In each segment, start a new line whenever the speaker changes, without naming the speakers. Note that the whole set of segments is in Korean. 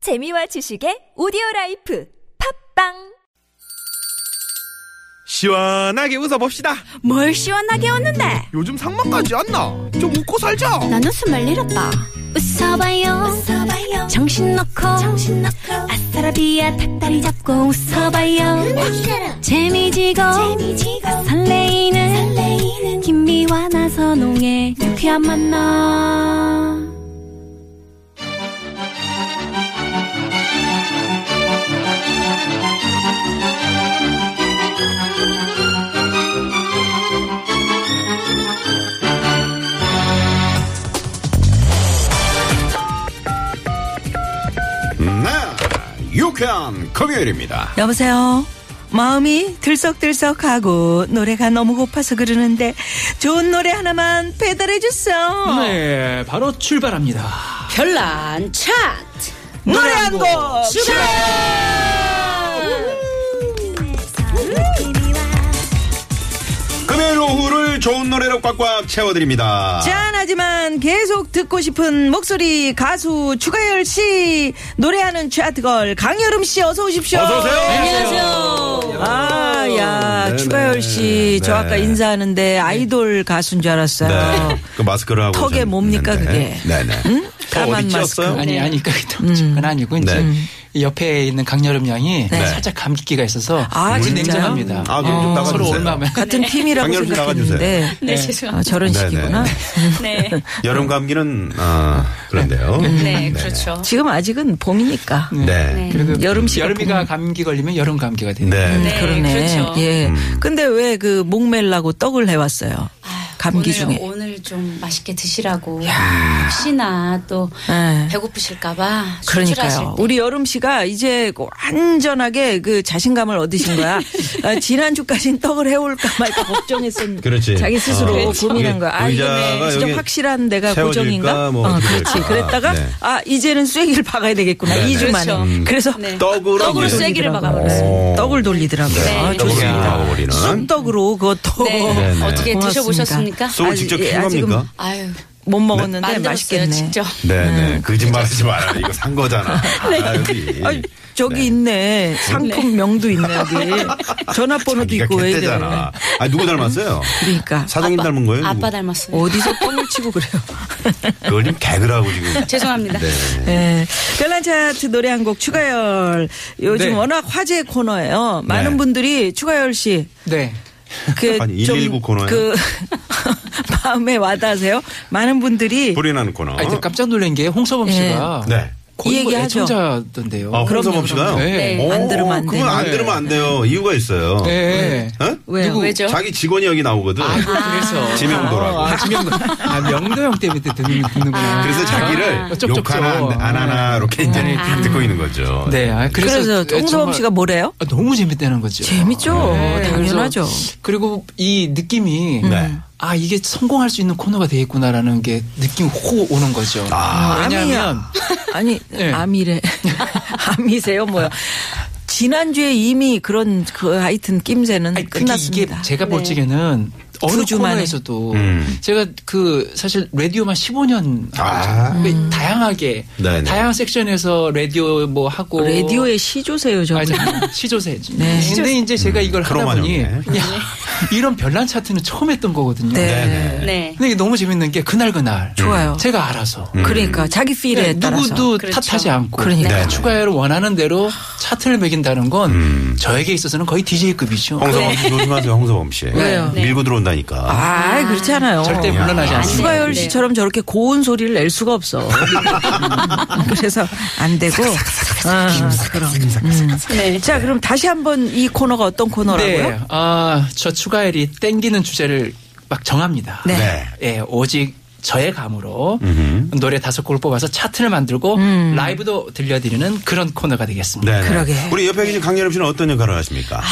재미와 지식의 오디오 라이프 팝빵
시원하게 웃어봅시다.
뭘 시원하게 웃는데
요즘 상만까지 안 나. 좀 웃고 살자.
나는 숨을 잃었다 웃어봐요, 정신 놓고 아싸라비아 닭다리 잡고 웃어봐요 재미지고, 설레이는, 김미와 나선홍의 유쾌한 만남
네, 유쾌한 금요일입니다.
여보세요. 마음이 들썩들썩하고 노래가 너무 고파서 그러는데 좋은 노래 하나만 배달해 주세요.
네, 바로 출발합니다.
별난 차트
노래 한 곡.
금요일 오후를 좋은 노래로 꽉꽉 채워드립니다.
짠하지만 계속 듣고 싶은 목소리 가수 추가열 씨 노래하는 차트걸 강여름 씨 어서 오십시오. 네.
어서 오세요.
안녕하세요
아, 야,
네네.
추가열 씨 저
네.
아까 인사하는데 아이돌 가수인 줄 알았어요.
네, 그 마스크를 하고
턱에
오셨는데.
뭡니까, 그게?
네네. 턱
까만
어디 찧었어요?
아니, 아니, 그, 그건 아니고, 이제,
네.
이 옆에 있는 강여름 양이 살짝 감기가 있어서,
아,
우리
진짜요?
냉정합니다.
아, 그럼 좀 나가주세요.
서로 올마면.
같은 팀이라고
강여름 씨 나가주세요.
생각했는데
네
아,
죄송합니다
저런
네네.
식이구나.
네,
여름 감기는 아
음,
그런데요.
네 그렇죠
지금 아직은 봄이니까.
네.
그래도
여름 씨가
여름이가 감기 걸리면 여름 감기가 돼요.
네.
네,
음, 그러네.
그렇죠.
예. 근데 왜 그 목멜라고 떡을 해왔어요? 감기
오늘,
중에.
오늘 좀 맛있게 드시라고 혹시나 또
예.
배고프실까봐
그러니까요. 우리 여름 씨가 이제 완전하게 그 자신감을 얻으신 거야. 아, 지난주까지는 떡을 해올까 말까 걱정했었는데.
그렇지.
자기 스스로
어,
고민한
이게
거야. 아,
의자가
이거는
여기
진짜 확실한 내가
세워질까?
고정인가?
뭐
어,
어떻게
그렇지.
될까?
그랬다가,
네.
아, 이제는 쐐기를 박아야 되겠구나.
네네.
이주
그렇죠.
만에.
음.
그래서
네.
떡으로
떡으로
이제-
쐐기를
오.
박아버렸어요
떡을 돌리더라고요.
네.
아,
떡으로
좋습니다.
돌리는.
쑥떡으로 그것도.
네
네네.
어떻게
고맙습니다.
드셔보셨습니까
쑥을
아직-
직접 키운
예, 아직은-
겁니까?
아유
못 먹었는데
만들었어요
맛있겠네.
직접
네네. 그 집 말하지 마라. 이거 산 거잖아. 아, 여기.
음, 네. 아니, 저기
네.
있네. 상품명도 있네, 여기. 전화번호도
자기가
있고, 왜 이래.
개떼잖아. 아 누구 닮았어요?
그러니까.
사장님 닮은 거예요? 누구?
아빠 닮았어요
어디서 뻥을 치고 그래요.
그걸 지금 개그라고 지금.
죄송합니다
네.
네. 별난 차트 노래 한 곡 추가열. 요즘
네.
워낙 화제 코너예요. 많은
네.
분들이 추가열 씨.
네.
그
아니, 119 코너예요?
그 마음에 와닿으세요? 많은 분들이
불이 나는 코너.
아, 이제 깜짝 놀란 게 홍서범 씨가
네.
거의
이
뭐
얘기하죠.
애청자던데요.
아, 홍서범 씨가요?
네.
오,
안 들으면 안
그건 안
돼요.
들으면 안 돼요. 이유가 있어요.
네.
어?
왜요?
누구? 왜죠?
자기 직원이 여기 나오거든.
아이고, 그래서.
지명도라고.
아, 지명도. 아, 명도형 때문에 듣는, 듣는구나.
그래서 자기를
아, 쩝쩝쩝.
욕하나 안, 안 하나 이렇게 이제 듣고 있는 거죠.
네, 아,
그래서,
그래서.
홍서범
정말-
씨가 뭐래요?
아, 너무 재밌다는 거죠.
재밌죠.
네,
당연하죠.
그래서 그리고 이 느낌이
네.
아 이게 성공할 수 있는 코너가 되겠구나라는 게 느낌 호 오는 거죠.
아.
왜냐하면
아니
네.
암이래 암이세요 뭐야 지난주에 이미 그런 그 하여튼 낌새는
아니, 그게 이게
끝났습니다 네.
제가 볼 적에는 어느
주 만에.
코너에서도
음.
제가 그 사실 라디오만 15년
아.
하고
음.
있잖아요. 다양하게
네네.
다양한 섹션에서 라디오 뭐 하고
라디오의 시조세요 저분
아, 저-
네.
시조세. 근데 이제 제가
음.
이걸 하다 보니
크로마뇽이네.
야, 이런 별난 차트는 처음 했던 거거든요.
네.
네네.
네
근데 이게 너무 재밌는 게 그날 그날
좋아요.
제가
음.
알아서
그러니까 자기 필에
네,
따라서
누구도
그렇죠.
탓하지 않고
그러니까.
네네.
추가열을 원하는 대로 차트를 매긴다는 건
음.
저에게 있어서는 거의 DJ급이죠.
홍서범 씨 조심하세요, 홍서범 씨.
왜요?
밀고 들어온다니까.
아 그렇지 않아요
네, 절대
어,
물러나지 않습니다.
추가열
네.
씨처럼 저렇게 고운 소리를 낼 수가 없어. 그래서 안 되고. 아, 그럼. 음.
네.
자, 그럼 다시 한번 이 코너가 어떤 코너라고요?
네, 아, 저 추가열이 땡기는 주제를 막 정합니다.
네.
네.
예, 오직 저의 감으로 노래 다섯 곡을 뽑아서 차트를 만들고
음.
라이브도 들려드리는 그런 코너가 되겠습니다.
네네.
그러게.
우리 옆에 계신 강여름 씨는 어떤 역할을 하십니까?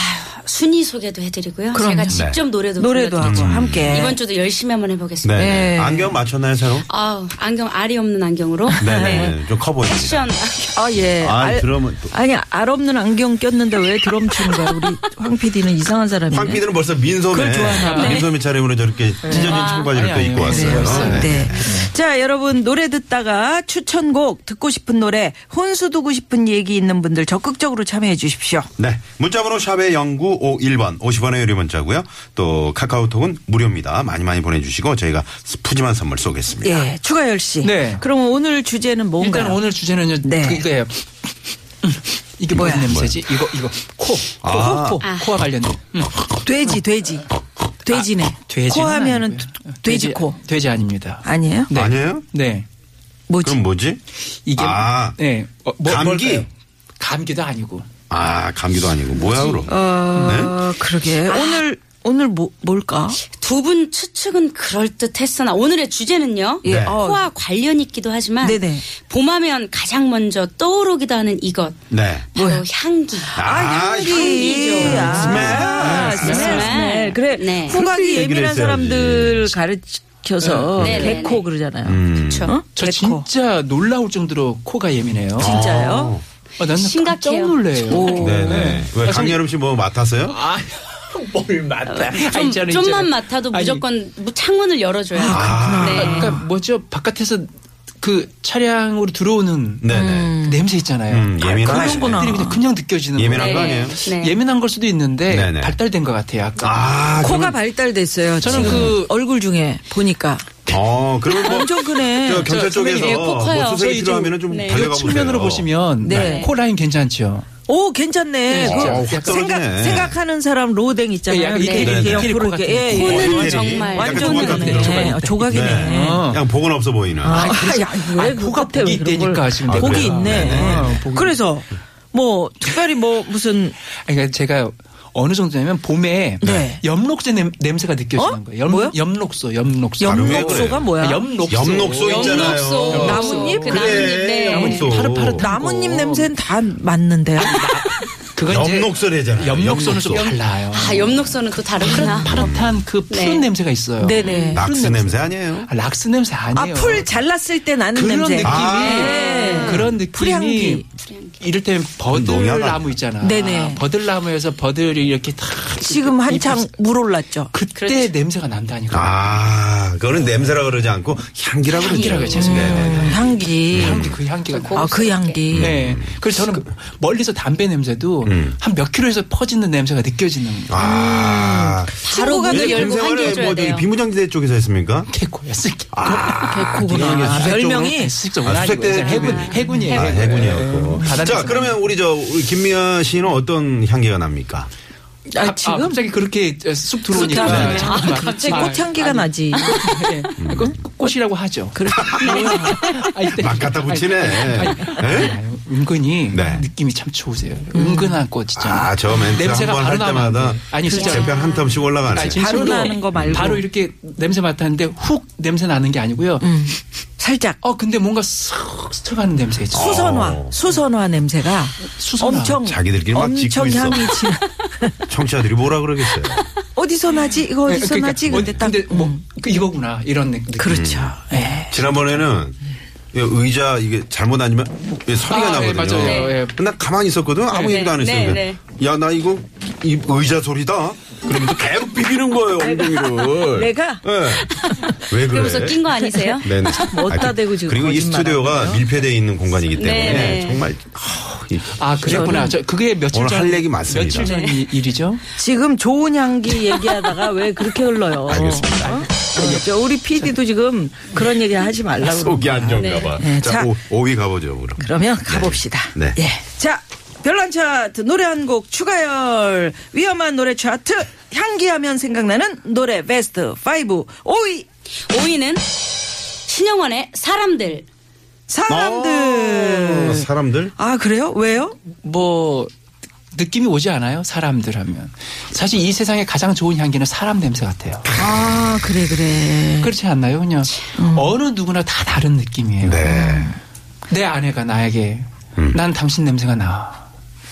순위 소개도 해드리고요. 제가 직접 노래도
네. 노래도 하고
불러드리죠.
함께.
이번 주도 열심히 한번 해보겠습니다.
네.
네.
안경 맞췄나요, 새로?
아우 안경 알이 없는 안경으로.
네, 네. 네. 좀커 보입니다.
패션 안경.
아, 예.
아,
알-
드럼은 또.
아니, 알 없는 안경 꼈는데 왜 드럼 치는 거야? 우리 황 PD는 이상한 사람이네.
황 PD는 벌써 민소매.
음. 그걸 좋아하나.
민소매 차림으로 저렇게 찢어진 청바지를 또
아니,
입고
아니,
왔어요.
네.
네.
자, 여러분 노래 듣다가 추천곡 듣고 싶은 노래 혼수 두고 싶은 얘기 있는 분들 적극적으로 참여해 주십시오.
네. 문자번호 샵의 0951번 50원의 유료 문자고요. 또 카카오톡은 무료입니다. 많이 많이 보내주시고 저희가 푸짐한 선물 쏘겠습니다.
예, 추가 열시.
네.
그럼 오늘 주제는 뭔가요?
일단 오늘 주제는요.
네. 음.
그거예요. 이게 무슨 냄새지? 이거 이거 코, 코,
아.
코, 코와 관련된. 음.
돼지, 돼지. 돼지네.
돼지는
코 하면은
아니고요.
두- 돼지 코.
돼지 아닙니다.
아니에요?
네.
아니에요?
네.
뭐지?
그럼 뭐지?
이게
아.
네. 어,
감기?
뭘까요? 감기도 아니고.
아, 감기도 아니고 뭐야 그럼? 네?
어, 그러게. 오늘 오늘 뭐 뭘까?
두 분 추측은 그럴 듯했으나 오늘의 주제는요.
예.
네.
어,
코와 관련 있기도 하지만
네네.
봄하면 가장 먼저 떠오르기도 하는 이것
네.
바로 향기.
아,
향기. 아,
스멜.
스멜.
스멜.
스멜. 그래.
네.
후각이
얘기를
예민한
했어야지.
사람들 가르쳐서
네. 네, 네,
개코
네.
그러잖아요.
음.
그렇죠.
어?
저
개코.
진짜 놀라울 정도로 코가 예민해요.
진짜요?
아, 나는 깜짝
심각해요.
놀래요.
네, 네. 왜 강여름 씨 뭐 맡았어요?
아, 뭘 맡아.
좀, 좀만 맡아도 무조건 무- 창문을 열어줘야 돼요.
아,
네.
아,
그러니까 뭐죠? 바깥에서 그 차량으로 들어오는
네, 네.
그 냄새 있잖아요.
음, 예민하네.
그런 것들이 그냥, 그냥 느껴지는
예민한
거예요.
거 아니에요?
네.
예민한 걸 수도 있는데
네네.
발달된 것 같아요. 아까
아,
코가 발달됐어요.
저는
지금
그-
얼굴 중에 보니까
어, 그러면 뭐
엄청 크네.
저 경찰 쪽에서
예, 코 커요.
뭐 수색이
저희 좀-
필요하면 좀
네.
달려가
이
보세요.
측면으로 보시면
네.
코 라인 괜찮죠.
오 괜찮네.
네,
그
진짜.
아, 어, 확
생각
떨어지네.
생각하는 사람 로댕
네,
있잖아요.
약간
이렇게
이태리,
이렇게
이태리
옆으로
코
이렇게
같은
예,
거.
예.
코는
완전히.
정말
네. 약간
완전
조각 같은
그러네.
거, 조각
네,
같은
어,
거.
조각이네.
네.
어.
그냥 복은 없어 보이는.
아, 야,
아,
왜
코가
그것 때문에
복이
그런
있다니까
걸-
하시면
복이
돼요. 네,
있네.
네, 네. 복이-
그래서 뭐 특별히 뭐 무슨
그러니까 제가 어느 정도냐면 봄에
네.
엽록소 냄, 새가 느껴지는
어?
거예요. 엽,
뭐야?
엽록소, 엽록소. 아,
엽-
염록소가 뭐야?
엽록소.
엽록소 있잖아요.
엽록소.
나뭇잎?
그 나뭇잎. 네.
나뭇잎.
파릇파릇한 거.
나뭇잎 냄새는 다 맞는데요.
그건 이제
엽록소래잖아요.
엽록소는 좀 달라요.
아, 엽록소는 또 다르구나.
파릇한 그 푸른
네.
냄새가 있어요.
아. 네네.
낙스 냄새 아니에요?
아, 락스 냄새 아니에요.
아풀 잘랐을 때 나는
그런
냄새.
느낌이
네.
그런 느낌이
풀향기.
이를테면 버들나무
농약하네.
있잖아.
네네.
버들나무에서 버들이 이렇게 다
지금 한창
잎을-
물 올랐죠.
그때 냄새가 난다니까.
아, 그거는 냄새라 그러지 않고 향기라고 그러죠.
향기라고 해요. 죄송해요.
음.
네, 네.
향기.
향기 그 향기가
아, 그 향기.
음.
네. 그래서 저는 멀리서 담배 냄새도 한 몇 킬로에서 퍼지는 냄새가 느껴지는 거예요.
아.
바로 문을
근데
열고
금생활에
환기해줘야
뭐 저기
돼요.
비무장지대 쪽에서 했습니까?
개코야, 쓸개.
개코구나.
아,
별명이
수직적으로
아, 수색대
아니고 해군 해군이에요.
아,
음,
해군이었고. 자, 그러면 우리 저 우리 김미아 씨는 어떤 향기가 납니까?
아,
아,
지금
아, 갑자기 그렇게 쑥 들어오니까
들어오네.
잠깐만.
갑자기
아,
꽃향기가
아니,
나지.
예. 꽃, 꽃이라고 하죠.
그래.
아, 이때.
막 갖다 붙이네. 예?
아니, 아니,
에?
아니, 은근히
네.
느낌이 참 좋으세요.
음.
은근한 꽃이잖아요.
아, 저 멘트
냄새가
한번 할
바로 나면
때마다
안 돼. 아니 진짜
제편 한 텀씩 올라가네.
아니, 진짜로
바로 나는 거 말고.
바로 이렇게 냄새 맡았는데 훅 냄새 나는 게 아니고요.
음. 살짝
어 근데 뭔가 쓱 스쳐가는 냄새 있죠.
어. 수선화, 수선화 냄새가
어. 수선화.
엄청
자기들끼리 막 짓고
엄청
있어.
향이 지
청취자들이 뭐라 그러겠어요.
어디서 나지? 이거 어디서
그러니까
나지? 근데
어,
딱
근데
음.
뭐 음. 그 이거구나 이런 느낌.
그렇죠.
지난번에는 이 의자 이게 잘못 아니면 이게 소리가
아, 네,
나거든요.
맞아요. 네.
근데 나 가만히 있었거든. 아무
네.
얘기도 안
네,
했어요.
네.
야 나 이거 이 의자 소리다. 그러면서 계속 비비는 거예요 엉덩이를.
내가?
네. 왜 그래?
그러면서 낀 거 아니세요?
네네.
어디다
아,
대고 지금
그리고 이
거짓말하는
스튜디오가
거예요?
밀폐되어 있는 공간이기 때문에
네, 네.
정말 허, 이-
아 그랬구나. 저 그게 며칠
오늘
전
할 얘기 많습니다.
며칠 전 이- 일이죠.
지금 좋은 향기 얘기하다가 왜 그렇게 흘러요?
알겠습니다.
어? 어, 저 우리 PD도 지금 그런 얘기 하지 말라고.
속이 안정가봐.
네. 자.
자, 오, 5위 가보죠 그럼.
그러면 가봅시다.
네.
예. 자, 별난 차트 노래 한 곡 추가열 위험한 노래 차트 향기하면 생각나는 노래 베스트 5 5위
5위는 신영원의 사람들.
어,
사람들.
사람들?
아 그래요? 왜요?
뭐 느낌이 오지 않아요? 사람들 하면 사실 이 세상에 가장 좋은 향기는 사람 냄새 같아요.
아 그래 음. 그래.
그렇지 않나요? 그냥 음.
음.
어느 누구나 다 다른 느낌이에요.
네.
내 아내가 나에게 난 당신 냄새가 나.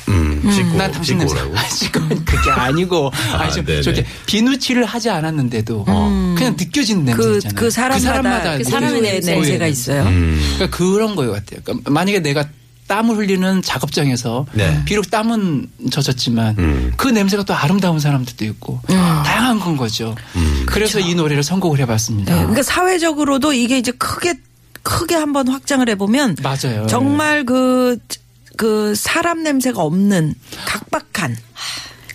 음, 찍고,
난 당신
찍고
냄새.
오라고.
아, 지금 그게 아니고
아,
아, 지금
네네. 어.
저렇게 비누칠을 하지 않았는데도 그냥 느껴지는 냄새
그,
있잖아요.
그 사람마다
그 사람의
고유의
냄새.
네.
냄새가
고유의
있어요.
음.
예, 그러니까 그런 거예요 같아요. 그러니까 만약에 내가 땀을 흘리는 작업장에서
네.
비록 땀은 젖었지만
음.
그 냄새가 또 아름다운 사람들도 있고
음.
다양한 건 거죠.
음.
그래서 이 노래를 선곡을
네,
해봤습니다.
그러니까 사회적으로도 이게 이제 크게 크게 한번 확장을 해보면
맞아요.
정말 그, 그 사람 냄새가 없는 각박한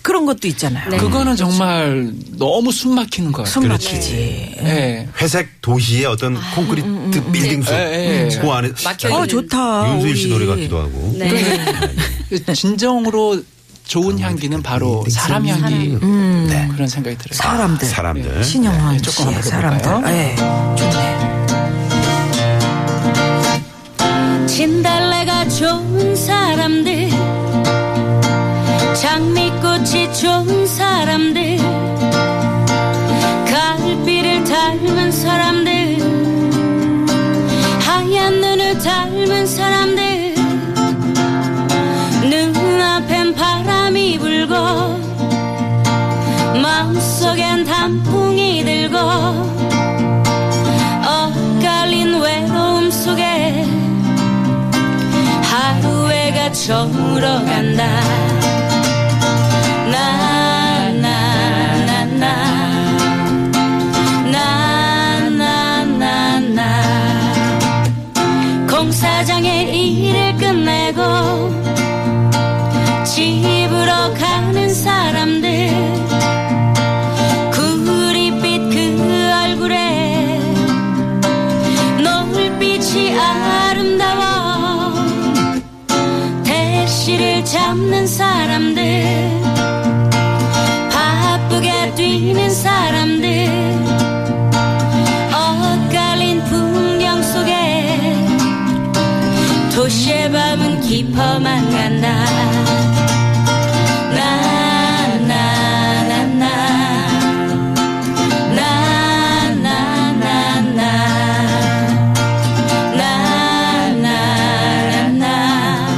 그런 것도 있잖아요.
네.
그거는 정말 너무 숨 막히는 것 같아요.
숨 막히지.
예. 네.
회색 도시의 어떤
아,
콘크리트
음,
빌딩 숲.
예, 예.
그 안에
막혀
어
있는.
좋다.
윤수일 씨
오이.
노래 같기도 하고.
네.
네. 진정으로 좋은 향기는 바로 사람 향기 그런 생각이 들어요.
음, 사람들.
사람들.
신영환
아, 네, 조금
씨의
한번
사람들.
해볼까요?
예. 좋네.
진달래가 좋은 사람들 장미꽃이 좋은 사람들 가을비를 닮은 사람들 하얀 눈을 닮은 사람들 눈앞엔 바람이 불고 마음속엔 단풍이 들고 엇갈린 외로움 속에 하루해가 저물어 간다. 나, 나, 나, 나. 나, 나, 나, 나. 공사장의 일을 끝내고 집으로 가는 사람들. 구릿빛 그 얼굴에 노을빛이 아름다워. 택시를 잡는 사람들 바쁘게 뛰는 사람들 엇갈린 풍경 속에 도시의 밤은 깊어만 간다 나나나나 나나나나 나나나나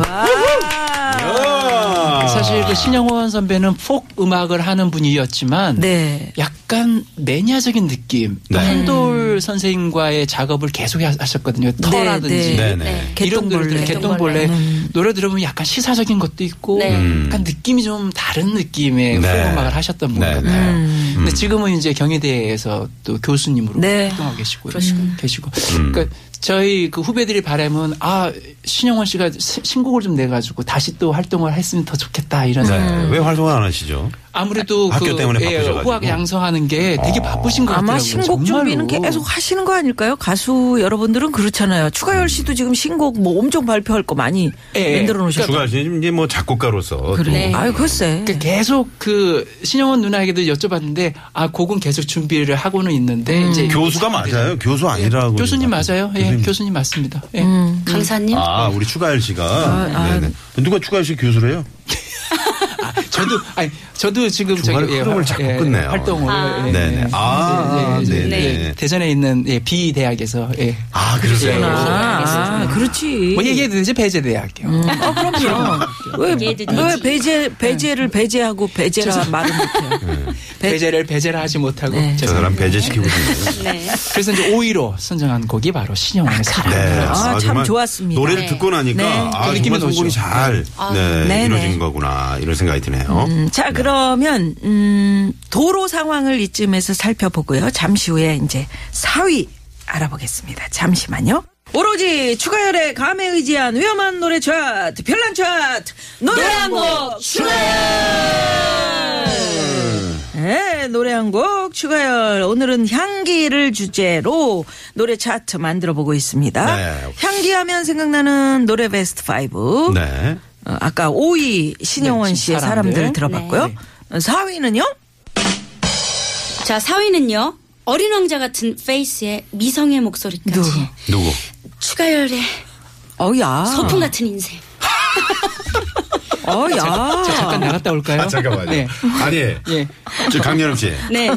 나나나나
사실 그 신영원 선배는 폭 음악을 하는 분이었지만
네.
약간 매니아적인 느낌. 또
네.
한돌 선생과의 작업을 계속 하- 하셨거든요. 터라든지
네네.
이런 노래들,
개똥벌레. 음.
개똥벌레 노래 들어보면 약간 시사적인 것도 있고
네.
음.
약간 느낌이 좀 다른 느낌의
네.
폭 음악을 하셨던 분
네,
같아요.
네.
근데 지금은 이제 경희대에서 또 교수님으로
네.
활동하고 계시고요.
그러시구나.
계시고.
음.
그러니까 저희 그 후배들이 바람은 아 신영원 씨가 시- 신곡을 좀 내가지고 다시 또 활동을 했으면 더 좋겠다 이런.
네.
생각.
음.
왜 활동을 안 하시죠?
아무래도
학교
그
때문에 바쁘셔가지고.
후학 양성하는 게 되게 바쁘신 것 같더라고요.
아마 신곡 준비는
정말로.
계속 하시는 거 아닐까요? 가수 여러분들은 그렇잖아요. 추가열 씨도 지금 신곡 뭐 엄청 발표할 거 많이
예, 예.
만들어 놓으셨고.
주가 씨는 이제 뭐 작곡가로서. 또
그래. 네. 아유, 글쎄.
그러니까 계속 그 신영원 누나에게도 여쭤봤는데 아 곡은 계속 준비를 하고는 있는데 이제
교수가 맞아요. 교수 아니라고.
교수님
생각해요.
맞아요. 예,
교수님.
교수님 맞습니다. 예.
음. 강사님
아, 우리 추가열 씨가. 네네. 누가 추가열 씨 교수래요?
저도 아니 저도 지금 예,
중간에 흐름을 자꾸 끊네요.
활동을 예,
네네.
예.
아,
예, 이제
네네.
예, 대전에 있는 예, 비 대학에서 예.
아, 그러세요.
아, 아, 그렇지.
뭐 얘기해도 되지 배제 대학이요.
왜,
예,
얘들이
왜 배제, 배제를 배제하고 배제라 말을 못해요?
배제를 배제를 하지 못하고
네.
저 사람
죄송합니다.
배제시키고 싶네요.
네.
그래서 이제 5위로 선정한 곡이 바로 신영원의 사랑.
네.
아, 참
정말
좋았습니다.
노래를
네.
듣고 나니까
네.
아,
그
정말
느낌이
성공이
오죠.
잘 네,
네, 네.
이루어진 거구나 이런 생각이 드네요.
음, 자, 그러면, 음, 도로 상황을 이쯤에서 살펴보고요. 잠시 후에 이제 4위 알아보겠습니다. 잠시만요. 오로지 추가열의 감에 의지한 위험한 노래 차트, 별난 차트, 노래 한곡 추가열! 네, 노래 한 곡 추가열. 오늘은 향기를 주제로 노래 차트 만들어 보고 있습니다.
네.
향기하면 생각나는 노래 베스트 5.
네.
어, 아까 5위 신영원
네,
씨의
사람들.
사람들 들어봤고요.
네.
어, 4위는요?
자 4위는요 어린 왕자 같은 페이스의 미성의 목소리까지
누구?
누구?
추가열의
어야.
소풍 같은 인생
어, 야.
자, 잠깐 나갔다 올까요?
아, 잠깐만요.
네.
아니,
예.
저 강렬음 씨.
네.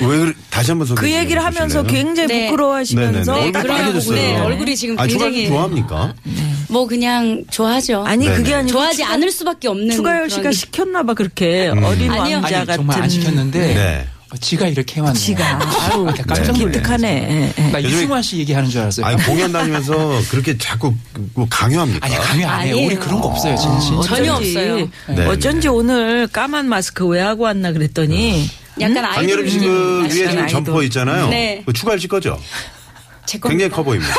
왜 그래- 다시 한번 소개
그
좀
얘기를 하면서
해주실래요?
굉장히
네.
부끄러워하시면서
네, 네네네.
네,
얼굴
그런-
빨개졌어요.
네, 얼굴이 지금
아,
굉장히-
조각 좋아합니까?
뭐 그냥 좋아하죠.
아니
네네.
그게 아니고
좋아하지 않을 수밖에 없는
추가열 씨가
그런-
시켰나 봐 그렇게 어린
아니요.
왕자
아니
같은
정말 안 시켰는데
네.
어, 지가 이렇게 해왔네요.
지가.
아유, 나 깜짝 놀랐어요.
기특하네.
음.
예, 예.
나
요즘에-
이승환 씨 얘기하는 줄 알았어요.
아니, 공연 다니면서 그렇게 자꾸 그 강요합니까?
아니 강요 안 해요. 우리
아니에요.
그런 거 없어요. 진짜.
전혀
어쩐지- 예.
없어요.
네.
어쩐지 오늘 까만 마스크 왜 하고 왔나 그랬더니
음. 약간 아이돌
강렬음 씨 그
느낌.
위에 지금
아이돌.
점퍼 있잖아요.
네.
그거 추가할 씨 거죠?
제 겁니다.
굉장히 커 보입니다.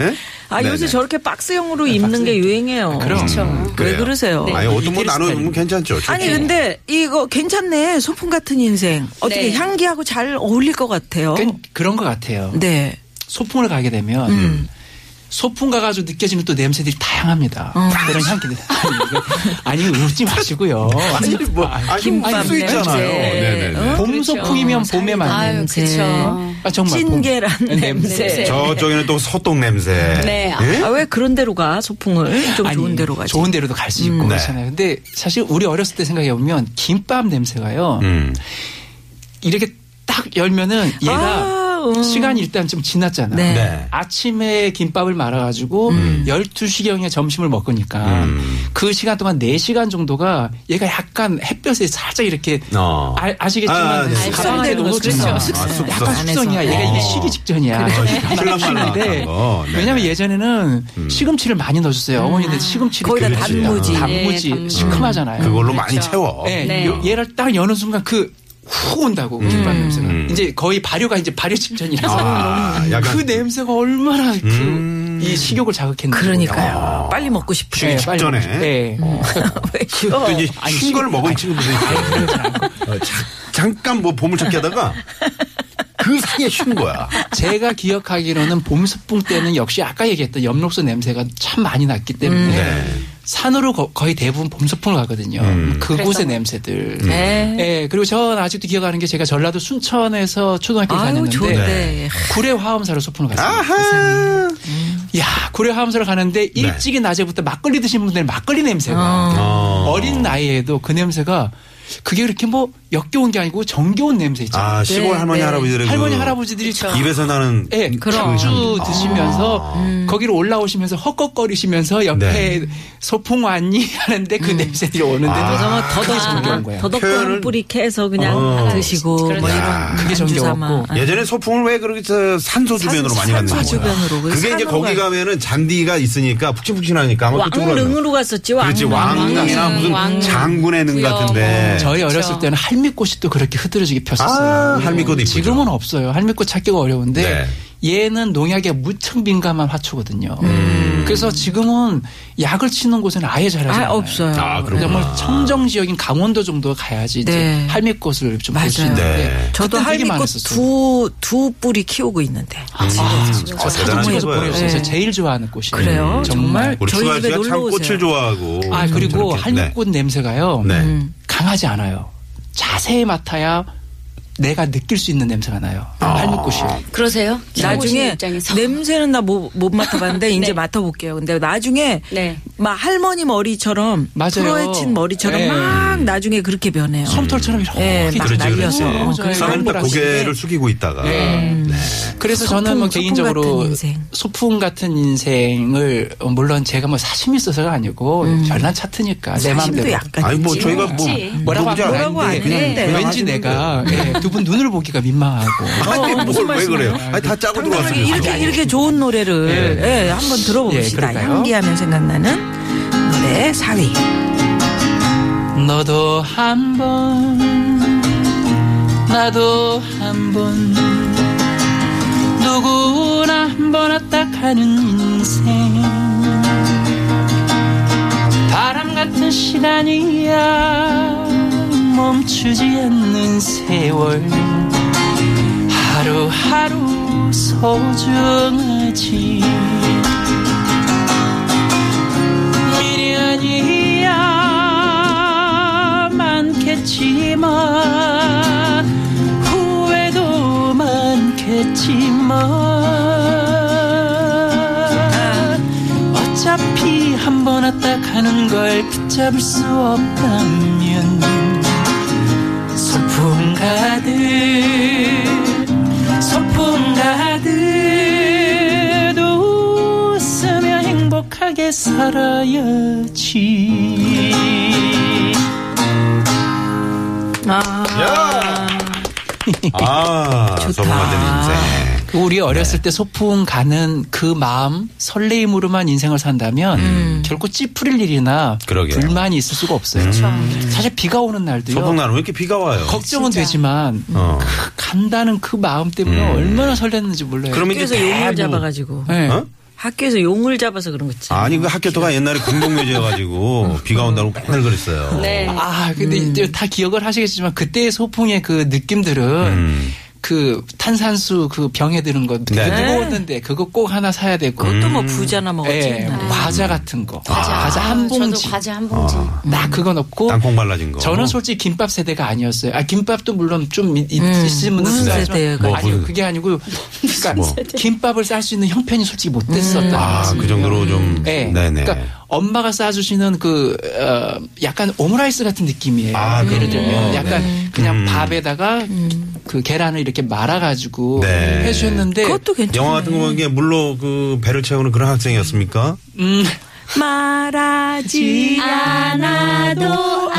예?
아
네네.
요새 저렇게 박스형으로 입는 게 유행해요.
아, 그럼.
음, 그래요.
왜 그러세요?
아니, 어떤 분
이태리 스타일.
나누면 괜찮죠.
아니
네.
좋죠.
근데 이거 괜찮네 소풍 같은 인생 어떻게
네.
향기하고 잘 어울릴 것 같아요.
꽤 그런 것 같아요.
네.
소풍을 가게 되면 소풍 가가지고 느껴지는 또 냄새들이 다양합니다. 그런 향기들. 아니, 이거- 아니 웃지 마시고요. 아니, 네.
뭐, 아,
김밥
힘수 있잖아요.
냄새.
네네네.
봄 소풍이면 봄에 맞는.
아유,
냄새.
그쵸.
아, 정말. 봄.
찐계란 냄새.
냄새.
저쪽에는 또 서똥 냄새.
네.
예?
네. 아 왜 그런 데로 가 소풍을 좀
아니,
좋은 데로 가지.
좋은 데로도 갈 수 있고
네.
그렇잖아요. 근데 사실 우리 어렸을 때 생각해 보면 김밥 냄새가요.
음.
이렇게 딱 열면은 얘가
아, 음.
시간이 일단 좀 지났잖아.
네. 음.
네.
아침에 김밥을 말아가지고 12시경에 점심을 먹으니까
음.
그 시간 동안 4시간 정도가 얘가 약간 햇볕에 살짝 이렇게
어.
아, 시겠지만
아, 네.
가방 안에
숙성되는
넣어놓으면
거죠.
그렇죠.
아,
숙성.
숙성.
약간
안에서. 그렇죠.
숙성이야. 얘가
어.
이게 시기 직전이야.
신랑말랑
근데
같은 거. 어, 네네. 음.
왜냐면 예전에는 시금치를 많이 넣어줬어요. 어머니들 시금치를
음. 거의 다
이렇게
단무지.
예,
단무지
단무지.
시큼하잖아요.
그걸로 많이
그렇죠.
채워. 음.
예,
네.
요- 얘를 딱 여는 순간 그 훅 온다고 김밥 냄새가
음.
이제 거의 발효가 이제 발효 직전이라서
아, 약간-
그 냄새가 얼마나 그 이
음.
식욕을 자극했는지
그러니까요. 빨리 먹고 싶어.
쉬기 직전에.
네.
또 이제
아니,
흰 걸
시-
먹은 친구들이 있어요. 어, 자- 잠깐 뭐 보물찾기 하다가 그 사이에 쉬는 거야.
제가 기억하기로는 봄 소풍 때는 역시 아까 얘기했던 엽록소 냄새가 참 많이 났기 때문에
네. 음.
산으로 거, 의 대부분 봄 소풍을 가거든요. 음, 그곳의 냄새들.
네.
예, 그리고 전 아직도 기억하는 게 제가 전라도 순천에서 초등학교 를
아유
다녔는데
좋은데.
구례 화엄사로 소풍을 갔어요.
아하. 네.
야, 구례 화엄사를 가는데 일찍이 낮에부터 막걸리 드신 분들은 막걸리 냄새가
어.
어린 나이에도 그 냄새가 그게 그렇게 뭐 역겨운 게 아니고 정겨운 냄새 있잖아요.
아, 시골 할머니 할아버지들의
할머니
그
할아버지들이 참
입에서 아. 나는
예,
그럼.
주 음. 드시면서 거기로 올라오시면서 헛걱거리시면서 옆에
네.
소풍 왔니 하는데 그 냄새들이 오는데
아.
그래서
아,
뭐
정겨운
더덕
거예요.
더덕
표현을-
뿌리 캐서 그냥
어.
드시고 뭐
그렇죠.
이런
그게
안주 삼아.
정겨웠고.
예전에 소풍을 왜 그렇게 저 산소 주변으로 많이 갔는
산소
거야?
주변으로. 그
그게 이제
산호가-
거기 가면은 잔디가 있으니까 푹신푹신하니까 아마 그쪽으로 가면-
왕릉으로 갔었지 왕릉.
그렇지 왕릉이나
왕릉,
무슨
왕릉.
장군의 능
구역,
같은데
저희
그렇죠.
어렸을 때는 할미꽃이 또 그렇게 흐드러지게 폈었어요.
네. 아, 할미꽃 이쁘죠. 네.
지금은 없어요. 할미꽃 찾기가 어려운데 얘는 농약에 무척 민감한 화초거든요.
음.
그래서 지금은 약을 치는 곳에는 아예 자라지
아
않아요.
없어요.
아, 그렇구나.
정말 청정 지역인 강원도 정도 가야지 이제
네.
할미꽃을 좀 볼 수
맞아요.
있는데
네.
저도
그땐 되게
할미꽃
많았었어요.
두, 두 뿌리 키우고 있는데.
아, 대단한
사진 찍어서
거예요.
보내주세요.
네.
제가 제일 좋아하는 꽃이에요.
그래요? 정말?
우리
저희
추가
집에
씨가
놀러
참
오세요.
꽃을 좋아하고
아 그리고
저렇게. 네.
할미꽃 냄새가요.
네.
음.
강하지 않아요. 자세히 맡아야 내가 느낄 수 있는 냄새가 나요.
아.
할미꽃이.
그러세요?
나중에 네,
나중에 입장에서
냄새는 나 못 맡아봤는데 이제 맡아볼게요. 근데 나중에
네.
막 할머니 머리처럼
맞아요.
풀어헤친 머리처럼
예.
막 나중에 그렇게 변해요.
솜털처럼 이렇게 네.
예, 막
이렇게
날려서. 네.
이렇게
어, 그래요?
사람은 딱 고개를 숙이고 있다가 네.
그래서 저는 뭐
소풍, 소풍
개인적으로
같은 인생.
소풍 같은 인생을 어, 물론 제가 뭐 사심이 있어서가 아니고 별난 차트니까 내
음. 사심도
마음대로
약간
아니 뭐
있지.
저희가 뭐
그렇지.
뭐라고
누군지
하는
그러니까 뭐라고
건 아닌데
안 했는데. 그냥
왠지
하시는
내가 예, 두 분 눈을 보기가 민망하고
아니 뭐 뭘왜 그래요? 아니 다 짜고
당당하게
들어왔으니까
이렇게 이렇게 좋은 노래를 예, 한번 들어봅시다.
네. 예, 그럴까요?
향기하면 생각나는 노래 4위.
너도 한번 나도 한번 누구나 한번 왔다 가는 인생 바람 같은 시간이야 멈추지 않는 세월 하루하루 소중하지 미련이야 많겠지만 후회도 많겠지만 어차피 한 번 왔다 가는 걸 붙잡을 수 없다면 소풍 가듯 소풍 가듯 웃으며 행복하게 살아야지
아, 소풍 같은 인생.
그 우리 어렸을 때 소풍 가는 그 마음 설레임으로만 인생을 산다면 결코 찌푸릴 일이나
그러게요.
불만이 있을 수가 없어요. 음. 사실 비가 오는 날도요.
소풍 날은 왜 이렇게 비가 와요?
걱정은 되지만
어.
그 간다는 그 마음 때문에
음.
얼마나 설렜는지 몰라요.
네, 그러면 이제
학교에서 용을
대부분
잡아가지고
예.
어?
학교에서 용을 잡아서 그런 거지.
아니 그 학교토가 옛날에 공동묘지여가지고 비가 온다고 맨날 그랬어요.
네.
아, 근데
음.
이제 다 기억을 하시겠지만 그때의 소풍의 그 느낌들은
음.
그 탄산수 그 병에 드는 거 되게
네.
무거웠는데 그거 꼭 하나 사야 되고
그것도 뭐 부자나 먹었지.
예,
옛날에. 아,
과자 같은 거. 아,
아.
과자, 한 봉지. 아.
저도 과자 한 봉지.
딱 그거 넣고
땅콩 발라진 거.
저는 솔직히 김밥 세대가 아니었어요. 아 김밥도 물론 좀 있- 있- 있으면
음, 무슨
쓰죠.
세대예요,
그거?
아니요
무슨-
그게 아니고 그러니까
뭐.
김밥을 쌀 수 있는 형편이 솔직히 못 됐었다.
아, 그 정도로 좀.
네.
네네.
그러니까 엄마가 싸주시는 그 어, 약간 오므라이스 같은 느낌이에요.
아,
예를
그렇군요.
들면 약간 그냥
음.
밥에다가 그 계란을 이렇게 말아가지고
네.
해주셨는데
그것도 괜찮아.
영화 같은 거 보면 이게 물로 그 배를 채우는 그런 학생이었습니까?
음,
말하지
않아도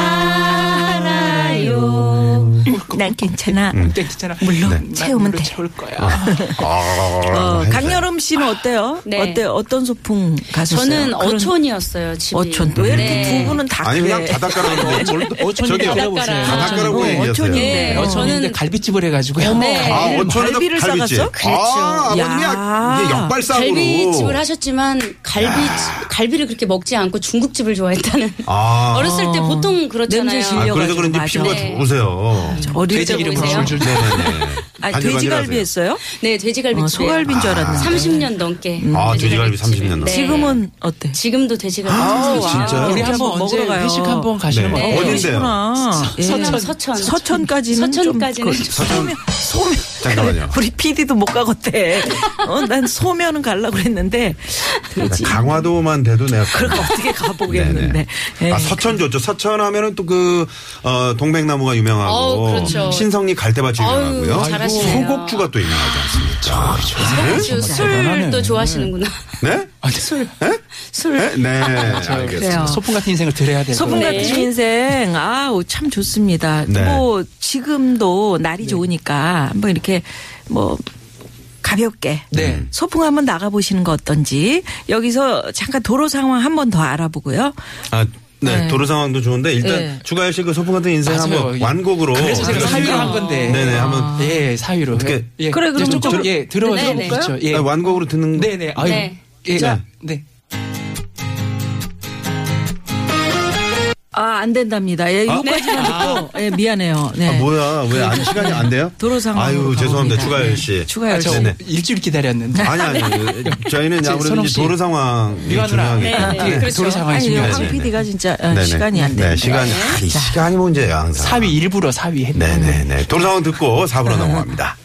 알아요. 난 괜찮아.
괜찮아. 음. 네. 물론
채우면 돼.
채울 거야.
네. 어,
아,
강여름 씨는 어때요?
네.
어때 어떤 소풍 가셨어요?
저는
그런-
어촌이었어요, 네. 집이.
어촌. 왜 이렇게 두 분은 다
아니
그래? 네. 뭐
그냥 바닷가라는 거.
어촌이
저기
바닷가라.
바닷가라고
어촌이고
얘기하세요.
어촌인데.
네.
어, 저는
저는
갈비집을 해가지고요.
네.
아, 어촌에다
갈비를 싸갔어?
아,
그렇죠.
아버님이
야.
이게 역발상으로.
갈비집을 하셨지만 갈비 갈비를 그렇게 먹지 않고 중국집을 좋아했다는.
아.
어렸을 때 보통 그렇잖아요.
냄새
아,
실려-
그래서 그런지
맞아.
피부가
네.
좋으세요.
어릴 때
돼지 이름으로
보이세요?
줄줄
네네네.
아, 아니,
반질반질하세요.
돼지갈비 했어요?
네, 돼지갈비. 아,
어, 소갈비인 음. 줄 알았는데.
30년 넘게.
아, 돼지갈비
돼지갈비집에.
30 년 넘게.
네.
지금은 어때?
지금도 돼지갈비.
아,
집에서
진짜요?
우리
아,
한번
먹으러
언제
가요.
회식 한번
네.
가시는 거
네.
어딘데요?
그러시구나. 예.
서천, 서천.
서천까지는
서천까지는
좀 그-
좀-
소면 소면
잠깐만요.
우리 PD도 못 가겠대. 어, 난 소면은 가려고 그랬는데 돼지
강화도만 돼도 내가.
그걸 어떻게 가보겠는데. 예.
네네. 아,
에이,
서천 좋죠. 서천 하면은 또 그 어, 동백나무가 유명하고
어우, 그렇죠.
신성리 갈대밭이
아유,
유명하고요.
잘하시네요.
소곡주가 또 유명하지 않습니까?
그렇죠.
아주 술도 좋아하시는구나.
네?
술.
네?
술.
네? 네.
아, 그렇죠.
알겠습니다.
그래요.
소풍 같은 인생을 드려야 돼요.
소풍 같은
네.
인생, 아우, 참 좋습니다.
네.
뭐, 지금도
네.
날이 좋으니까, 한번 이렇게, 뭐, 가볍게.
네.
소풍 한번 나가보시는 거 어떤지. 여기서 잠깐 도로 상황 한번 더 알아보고요.
아, 네. 도로 상황도 좋은데 일단
네.
추가열 씨그 소풍 같은 인생
맞아요. 예.
한번 완곡으로
그래서 어, 제가
들려주세요.
사유로 한 건데.
네. 네네, 한번.
예, 사유로.
어떻게-
예.
그래, 그러면
조금
좀-
예, 들어가
네, 네.
주시면 좋죠. 예.
아, 완곡으로 듣는 거.
네, 네. 아유.
네.
예.
자.
네.
아, 안 된답니다. 예, 요까지만 듣고, 예, 미안해요. 네.
네. 아, 뭐야? 왜 안, 시간이 안 돼요?
도로 네. 상황.
아유, 죄송합니다. 추가열 씨.
추가열
아, 저
씨.
네네.
일주일 기다렸는데.
아니, 아니. 저희는
제
아무래도
손흥
이제
씨.
도로 상황이
미화 누나.
중요하기 때문에.
네, 네. 그렇죠.
아, 도로 상황이
아니,
중요하죠.
황
네네.
PD가 진짜 어,
네네.
시간이 안 돼.
네, 시간이, 아, 이 시간이 문제예요, 항상.
사위 일부러 사위 했네.
네네네. 도로 상황 듣고 4부로 넘어갑니다.